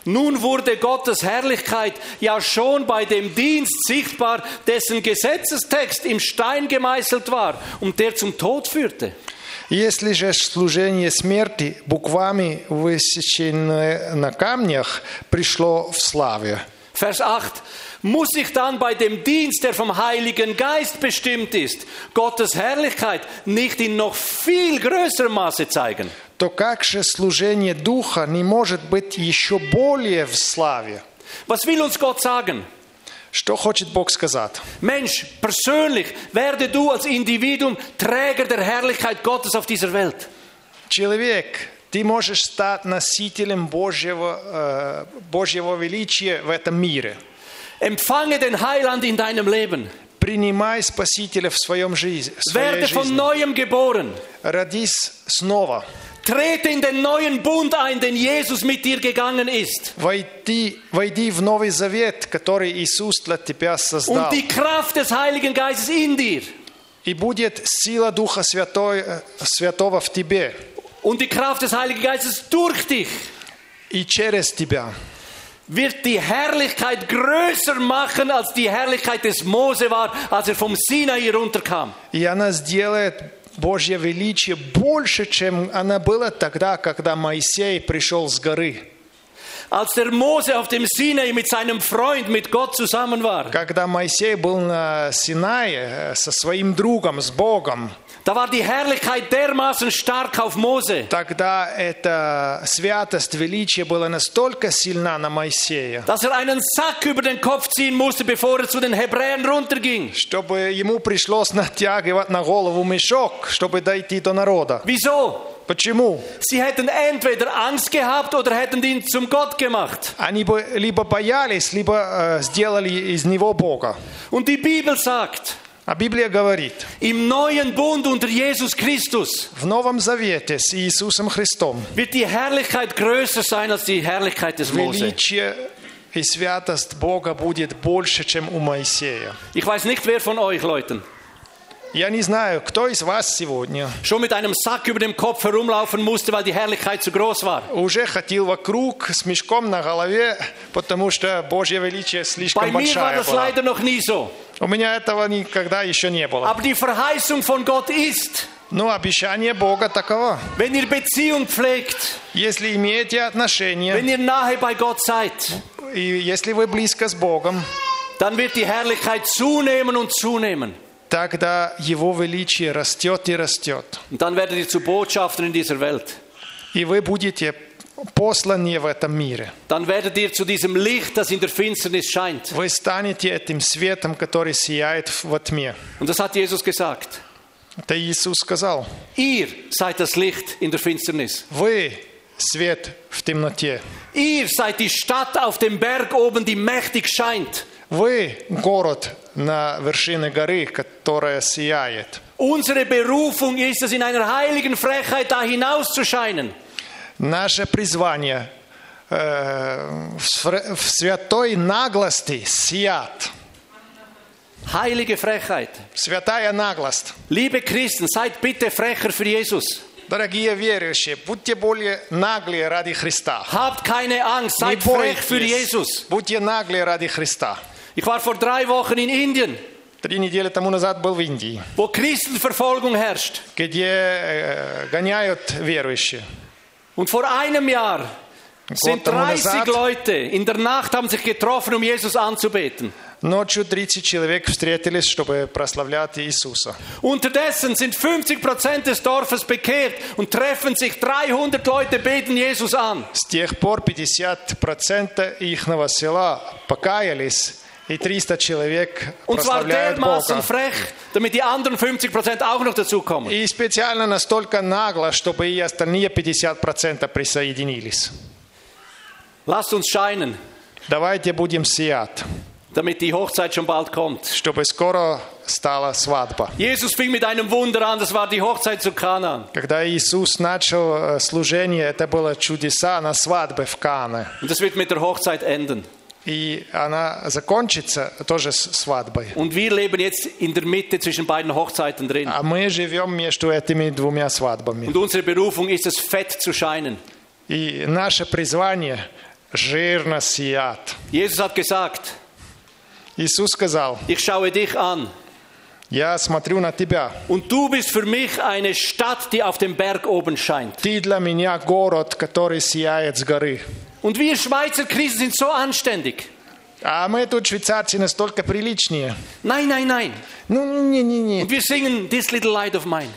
Nun wurde Gottes Herrlichkeit ja schon bei dem Dienst sichtbar, dessen Gesetzestext im Stein gemeißelt war und der zum Tod führte. Если же служение смерти буквами высеченное на камнях пришло в славе. Vers 8. Muss ich dann bei dem Dienst, der vom Heiligen Geist bestimmt ist, Gottes Herrlichkeit nicht in noch viel größerem Maße zeigen? то как же служение Духа не может быть еще более в славе? Was will uns Gott sagen? Что хочет Бог сказать? Mensch, persönlich werde du als Individuum Träger der Herrlichkeit Gottes auf dieser Welt. Человек, ты можешь стать носителем Божьего, э, Божьего величия в этом мире. Empfange den Heiland in deinem Leben. Принимай Спасителя в своем жизни, своей Werde von жизни. neuem geboren. Родись снова. Trete in den neuen Bund ein, den Jesus mit dir gegangen ist. Войди, войди в Новый Завет, который Иисус для тебя Und создал. die Kraft des Heiligen Geistes in dir. И будет сила Духа Святой, э, Святого в тебе Und die Kraft des Heiligen Geistes durch dich и через тебя. wird die Herrlichkeit größer machen, als die Herrlichkeit des Mose war, als er vom Sinai runterkam. И она сделает Божье величие больше, чем она была тогда, когда Моисей пришел с горы. Als der Mose auf dem Sinai mit seinem Freund, mit Gott zusammen war, Когда Моисей был на Синае э, со своим другом, с Богом, da war die Herrlichkeit dermaßen stark auf Mose, тогда эта святость, величие была настолько сильна на Моисея, dass er einen Sack über den Kopf ziehen musste, bevor er zu den Hebräern runterging. чтобы ему пришлось натягивать на голову мешок, чтобы дойти до народа. Wieso? Почему? Sie hätten entweder Angst gehabt oder hätten ihn zum Gott gemacht. Они бы либо боялись, либо э, сделали из него Бога. Und die Bibel sagt, А Библия говорит, im neuen Bund unter Jesus Christus В Новом Завете с Иисусом Христом wird die Herrlichkeit größer sein als die Herrlichkeit des Mose. величие и святость Бога будет больше, чем у Моисея. Ich weiß nicht, wer von euch, Leuten, Я не знаю, кто из вас сегодня schon mit einem Sack über dem Kopf herumlaufen musste, weil die Herrlichkeit zu groß war. уже ходил вокруг с мешком на голове, потому что Божье величие Bei слишком mir war большое das было. leider noch nie so. У меня этого никогда еще не было. Aber die Verheißung von Gott ist, Но обещание Бога таково. wenn ihr Beziehung pflegt, Если имеете отношения, wenn ihr nahe bei Gott seid, и если вы близко с Богом, dann wird die Herrlichkeit zunehmen und zunehmen. тогда Его величие растет и растет. Und dann werdet ihr zu Botschaftern in dieser Welt. И вы будете посланы в этом мире. Dann werdet ihr zu diesem Licht, das in der Finsternis scheint. Вы станете этим светом, который сияет во тьме. Und das hat Jesus gesagt. Это Иисус сказал. Ihr seid das Licht in der Finsternis. Вы свет в темноте. Ihr seid die Stadt auf dem Berg oben, die mächtig scheint. Вы город на вершине горы, которая сияет. Unsere Berufung ist es, in einer heiligen Frechheit da hinauszuscheinen. Наше призвание э, в свр- в святой наглости сият. Heilige Frechheit. Святая наглость. Liebe Christen, seid bitte frecher für Jesus. Дорогие верующие, будьте более наглые ради Христа. Habt keine Angst, Не seid frech für Jesus. бойтесь. Будьте наглые ради Христа. Ich war vor drei Wochen in Indien, Три недели тому назад был в Индии, wo Christenverfolgung herrscht. где э, гоняют верующие. Und vor einem Jahr sind Gott, der 30 Monasat. Leute in der Nacht haben sich getroffen, um Jesus anzubeten. Ночью 30 человек встретились, чтобы прославлять Иисуса. Unterdessen sind 50 Prozent des Dorfes bekehrt und treffen sich 300 Leute, beten Jesus an. С тех пор 50% ихного села покаялись, и 300 человек Und zwar прославляют dermaßen Бога. frech, damit die anderen 50 Prozent auch noch dazukommen. И специально настолько нагло, чтобы и остальные 50% присоединились. Lasst uns scheinen, Давайте будем сиять, damit die Hochzeit schon bald kommt. чтобы скоро стала свадьба. Jesus fing mit einem Wunder an, das war die Hochzeit zu Kana. Когда Иисус начал э, служение, это было чудеса на свадьбе в Кане. Und das wird mit der Hochzeit enden. И она закончится тоже с свадьбой. Und wir leben jetzt in der Mitte zwischen beiden Hochzeiten drin. А мы живем между этими двумя свадьбами. Und unsere Berufung ist es, fett zu scheinen. И наше призвание – жирно сиять. Jesus hat gesagt, Иисус сказал, ich schaue dich an я смотрю на тебя. und du bist für mich eine Stadt, die auf dem Berg oben scheint. Ты для меня город, который сияет с горы. Und wir Schweizer Christen sind so anständig. А мы тут, швейцарцы, настолько приличнее. Nein, nein, nein. Ну, не-не-не. Und wir singen This Little Light of Mine.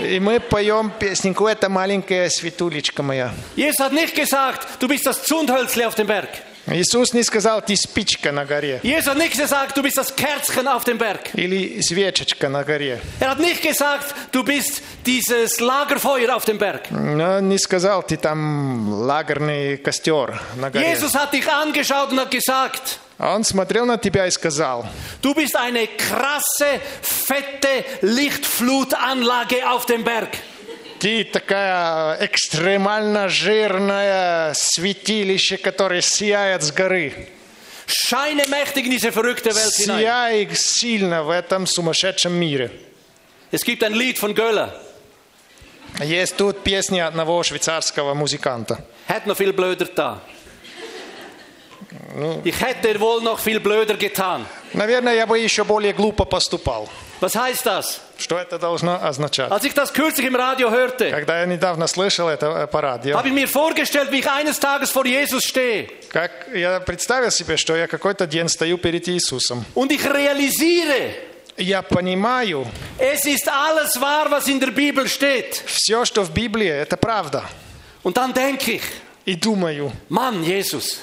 И мы поем песенку «Это маленькая светулечка моя». Jesus hat nicht gesagt, du bist das Zündhölzle auf dem Berg. Иисус не сказал «ты спичка на горе» Jesus hat nicht gesagt, du bist das Kerzchen auf dem Berg. или «свечечка на горе». Er hat nicht gesagt, du bist dieses Lagerfeuer auf dem Berg. Но не сказал «ты там лагерный костер на горе». Jesus hat dich angeschaut und hat gesagt, А Он смотрел на тебя и сказал Du bist eine krasse, fette Lichtflutanlage auf dem Berg. «Ты такая экстремально жирная святилище, которое сияет с горы. Scheine mächtig in diese verrückte Welt hinein. Сияй сильно в этом сумасшедшем мире». Es gibt ein Lied von Göller. Есть тут песня одного швейцарского музыканта. Hätte noch viel blöder da. Ich hätte wohl noch viel blöder getan. Наверное, я бы еще более глупо поступал. Was heißt das? Что это должно означать? Als ich das kürzlich im Radio hörte, Когда я недавно слышал это э, по радио, habe ich mir vorgestellt, wie ich eines Tages vor Jesus stehe. как я представил себе, что я какой-то день стою перед Иисусом. Und ich realisiere, Я понимаю, es ist alles wahr, was in der Bibel steht. все, что в Библии, это правда. Und dann denke ich, И думаю, Mann, Jesus,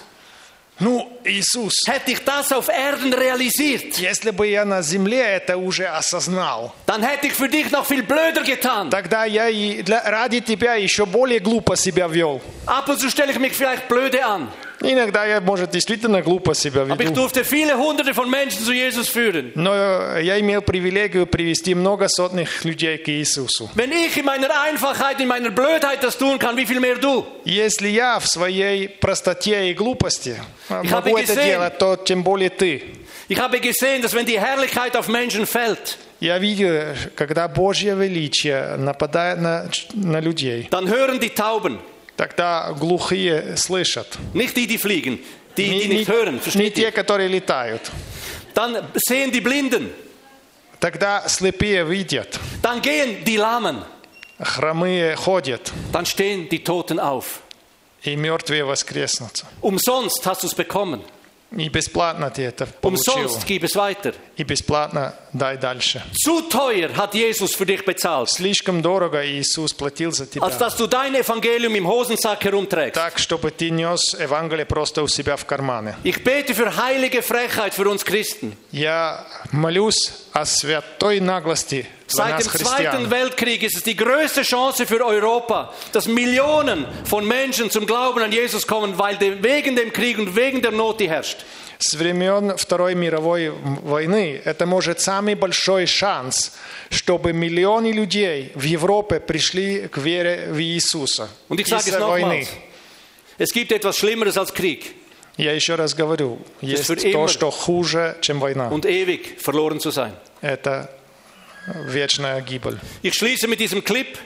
ну, Иисус, hätte ich das auf Erden realisiert, если бы я на земле это уже осознал, dann hätte ich für dich noch viel blöder getan. тогда я и для, ради тебя еще более глупо себя вел. Ab und zu stelle ich mich vielleicht blöde an, Иногда я, может, действительно глупо себя aber ich веду. durfte viele hunderte von Menschen zu Jesus führen. Но я имел привилегию привести много сотных людей к Иисусу. Wenn ich in meiner Einfachheit, in meiner Blödheit das tun kann, wie viel mehr du? Если я в своей простоте и глупости а, могу habe это gesehen. делать, то тем более ты. Ich habe gesehen, dass wenn die Herrlichkeit auf Menschen fällt, Я видел, когда Божье величие нападает на, ч- на людей, dann hören die Tauben, тогда глухие слышат. nicht die, die fliegen, die, die Не, nicht hören, не- не versteht те, ihr? которые летают. Dann sehen die Blinden, Тогда слепые видят, dann gehen die Lahmen, хромые ходят, dann stehen die Toten auf. и мертвые воскреснут. Umsonst hast du es bekommen. И бесплатно ты это получил. Umsonst gib es weiter. И бесплатно дай дальше. Zu teuer hat Jesus für dich bezahlt, Слишком дорого Иисус платил за als тебя. dass du dein Evangelium im Hosensack herumträgst. Так, чтобы ты нес Евангелие просто у себя в карманы. Ich bete für heilige Frechheit für uns Christen. Я молюсь о святой наглости за Seit нас, dem Zweiten христиан. Weltkrieg ist es die größte Chance für Europa, dass Millionen von Menschen zum Glauben an Jesus kommen, weil de, wegen dem Krieg und wegen der Not, die herrscht. С времен Второй мировой войны это может самый большой шанс, чтобы миллионы людей в Европе пришли к вере в Иисуса. Und ich sage es Из-за войны. nochmals. Es gibt etwas Schlimmeres als Krieg Я еще раз говорю, есть für immer. то, что хуже, чем война. und ewig verloren zu sein. Это вечная гибель. Ich schließe mit diesem Clip.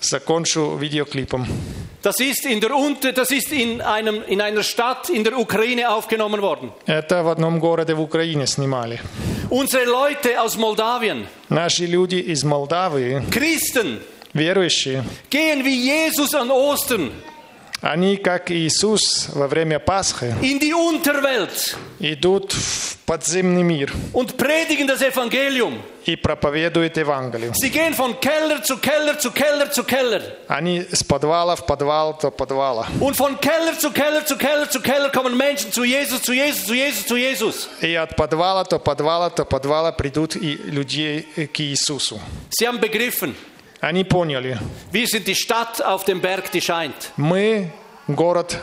Закончу видеоклипом. Das ist, in, der Unter das ist in, einem, in einer Stadt in der Ukraine aufgenommen worden. Это в одном городе в Украине снимали. Unsere Leute aus Moldawien, Наши люди из Молдавии, Christen, верующие, gehen wie Jesus an Ostern они, как Иисус во время Пасхи, in die Unterwelt идут в подземный мир und predigen das Evangelium. и проповедуют Евангелие. Sie gehen von Keller zu Keller zu Keller zu Keller. Они с подвала в подвал до подвала. Und von Keller zu Keller zu Keller zu Keller kommen Menschen zu Jesus, zu Jesus, zu Jesus, zu Jesus. И от подвала до подвала до подвала придут и людей к Иисусу. Sie haben begriffen, Они поняли, wir sind die Stadt auf dem Berg, die scheint. мы город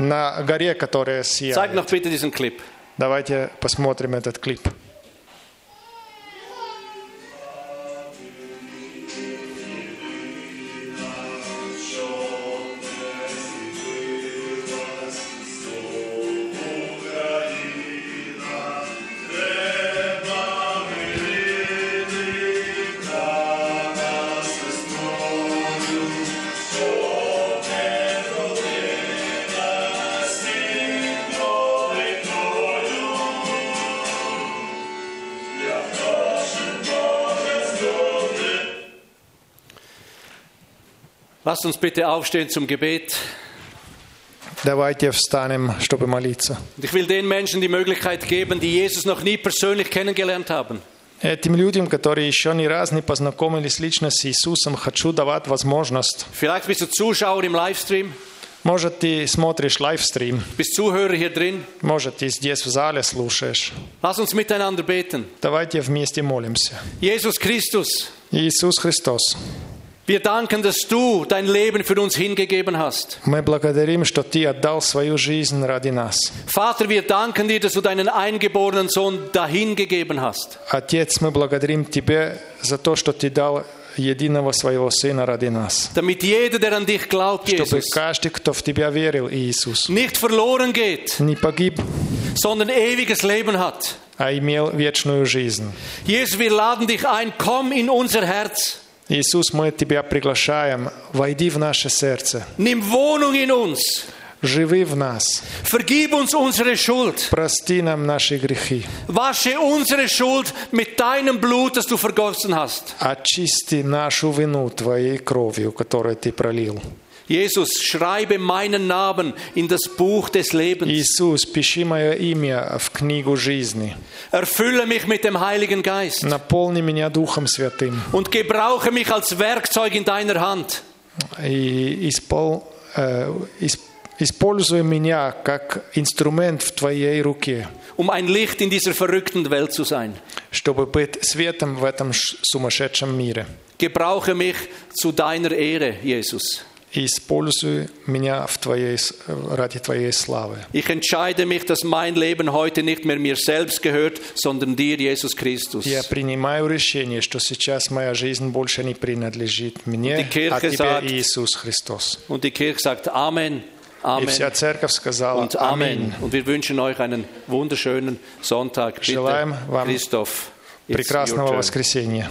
на горе, которая Zeig сияет. noch bitte diesen Clip. Давайте посмотрим этот клип. Lasst uns bitte aufstehen zum Gebet. Давайте встанем, чтобы молиться. Und ich will den Menschen die Möglichkeit geben, die Jesus noch nie persönlich kennengelernt haben. Этим людям, которые еще ни раз не познакомились лично с Иисусом, хочу давать возможность. Vielleicht bist du Zuschauer im Livestream, Может, ты смотришь лайвстрим, bist Zuhörer hier drin. может, ты здесь в зале слушаешь. Lass uns miteinander beten. Давайте вместе молимся. Jesus Christus, Иисус Христос, wir danken, dass du dein Leben für uns hingegeben hast. мы благодарим, что Ты отдал свою жизнь ради нас. Vater, wir danken dir, dass du deinen eingeborenen Sohn dahingegeben hast. Отец, мы благодарим Тебе за то, что Ты дал единого своего Сына ради нас. Damit jeder, der an dich glaubt, Чтобы Jesus, каждый, кто в Тебя верил, Иисус, nicht verloren geht, не погиб, sondern ewiges Leben hat. а имел вечную жизнь. Jesus, wir laden dich ein, komm in unser Herz. Иисус, мы Тебя приглашаем, войди в наше сердце, Nimm Wohnung in uns. живи в нас, Vergib uns unsere Schuld. прости нам наши грехи, Wasche unsere Schuld mit deinem Blut, das du vergossen hast. очисти нашу вину Твоей кровью, которую Ты пролил. Jesus, schreibe meinen Namen in das Buch des Lebens. Иисус, пиши мое имя в книгу жизни, Erfülle mich mit dem Heiligen Geist наполни меня Духом Святым und gebrauche mich als Werkzeug in deiner Hand. и испол- э, ис- используй меня как инструмент в Твоей руке, um ein Licht in dieser verrückten Welt zu sein. чтобы быть светом в этом ш- сумасшедшем мире. Gebrauche mich zu deiner Ehre, Jesus. Используй меня в твоей, с- ради Твоей славы. Ich entscheide mich, dass mein Leben heute nicht mehr mir selbst gehört, sondern dir, Jesus Christus. Я принимаю решение, что сейчас моя жизнь больше не принадлежит мне, Die Kirche а тебе, sagt- Иисус Христос. Und die Kirche sagt Amen, И Amen вся церковь сказала und «Аминь». Amen. Und wir wünschen euch einen wunderschönen Sonntag. Bitte, Желаем вам Christoph. it's your Прекрасного turn. воскресенья.